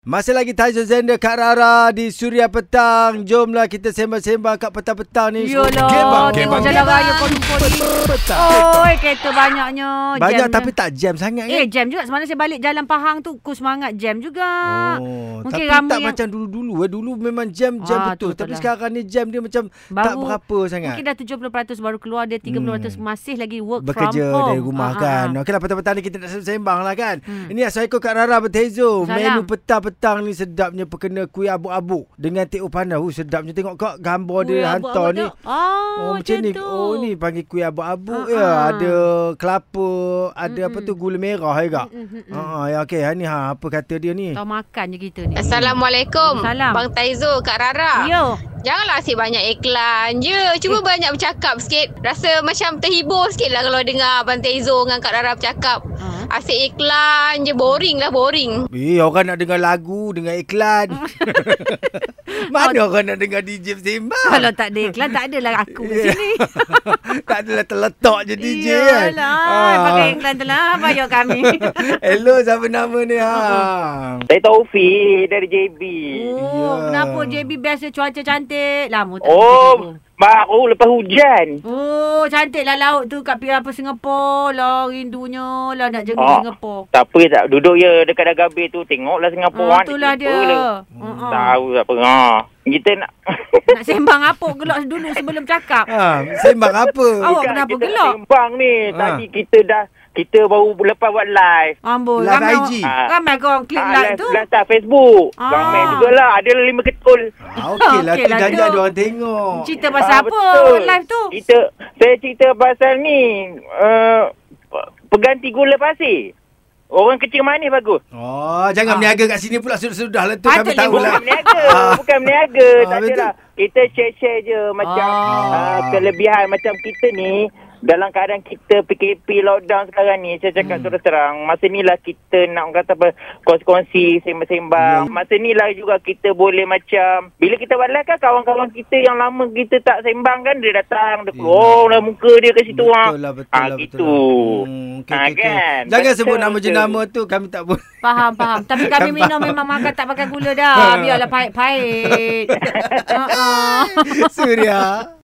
Masih lagi Tyson Zender Kak Rara di Suria Petang. Jomlah kita sembang-sembang kat petang-petang ni. Yolah, tengok kebab. jalan raya kumpul ni. Oh, Oi, kereta banyaknya. Banyak Jamnya. tapi tak jam sangat kan? Eh, jam juga. Semalam saya balik jalan Pahang tu, ku semangat jam juga. Oh, tapi Mungkin ramai tak yang- macam dulu-dulu eh. Dulu memang jam jam Ah, betul. tu betul Tapi lah. sekarang ni jam dia macam tak Baru- berapa sangat. Mungkin dah 70% baru keluar, dia 30% masih lagi work Hmm. Bekerja from home. dari rumah Ah, ah, kan. ah. Okeylah petang-petang ni kita nak sembang lah kan. Hmm. Ini Assalamualaikum Kak Rara Bertezo. Salam. Menu petang-petang ni sedapnya perkena kuih abuk-abuk dengan teh upana. Uh, sedapnya tengok kak gambar dia Kuih hantar abang-abang ni. tu. Ah, Oh, macam ni. tu. Oh ni panggil kuih abuk-abuk Ha, ya. ha. Ada kelapa, ada apa tu gula merah juga. Ha ah, ya okey. Ha ni ha apa kata dia ni? Tahu makan je kita ni. Hmm. Assalamualaikum Salam. Ya. Bang Taizo, Kak Rara Yo. Janganlah asyik banyak iklan je Cuba banyak bercakap sikit Rasa macam terhibur sikit lah Kalau dengar Abang Taizo dengan Kak Rara bercakap Ah. Asyik iklan je Boring lah boring Eh, orang nak dengar lagu, dengar iklan. Mana orang nak dengar DJ sembang? Kalau tak ada iklan, tak adalah aku kat sini. tak adalah terletak je DJ Ya. kan. Yalah, pakai iklan tu lah, bayar kami. Hello, siapa nama ni? Ha. Saya Taufik dari JB. Oh, Ya. kenapa JB best dia cuaca cantik? Lama tak jumpa. Oh, baru lepas hujan. Oh, cantik lah laut tu kat pihak apa Singapura lah. Rindunya lah nak jenguk Ah. Singapura. Tak apa, tak duduk je dekat Dagabe tu. Tengoklah Singapura. Ah, nak itulah jumpa dia. lah. Hmm. Tahu tak apa. Ha. Kita nak... Nak sembang apa gelak dulu sebelum cakap. Ha, sembang apa? Awak Bukan, kenapa Kan, kita nak gelak? Sembang ni. Ha. Tadi kita dah... Kita baru lepas buat live. Amboi, Live ramai IG. orang, ramai korang klik Ah, like live- tu. Live start Facebook. Ah. Ramai jugalah. Ada lima ketul. Ha, okey lah. Okey tu lah, Jangan Dok. ada orang tengok. Cerita pasal Ah, apa betul. live tu? Kita, saya cerita pasal ni. Uh, pe- peganti gula pasir. Orang kecil manis bagus. Oh, jangan Ah. berniaga kat sini pula. Sudah-sudah lah tu. Kami Patut tahu dia lah. Bukan berniaga. Ah. Bukan berniaga. Ah, Tak betul. adalah. Kita share-share je macam Ah. ah, kelebihan. Macam kita ni, dalam keadaan kita PKP lockdown sekarang ni, saya Hmm. cakap terus terang, masa ni lah kita nak orang kata apa, kongsi-kongsi, Ya. sembang-sembang. Masa ni lah juga kita boleh macam, bila kita buat live kan, kawan-kawan kita yang lama kita tak sembang kan, dia datang, dia keluar, dah muka dia ke situ. ah. Ya. Betul lah, betul Ah, lah. betul gitu. lah. Hmm, okey, Ah, okey, okey. kan? Jangan Betul, sebut nama betul. jenama tu. Kami tak boleh. Faham, faham. Tapi kami minum memang makan tak Ah. pakai gula dah. Biarlah pahit-pahit. Ha-ha. Surya.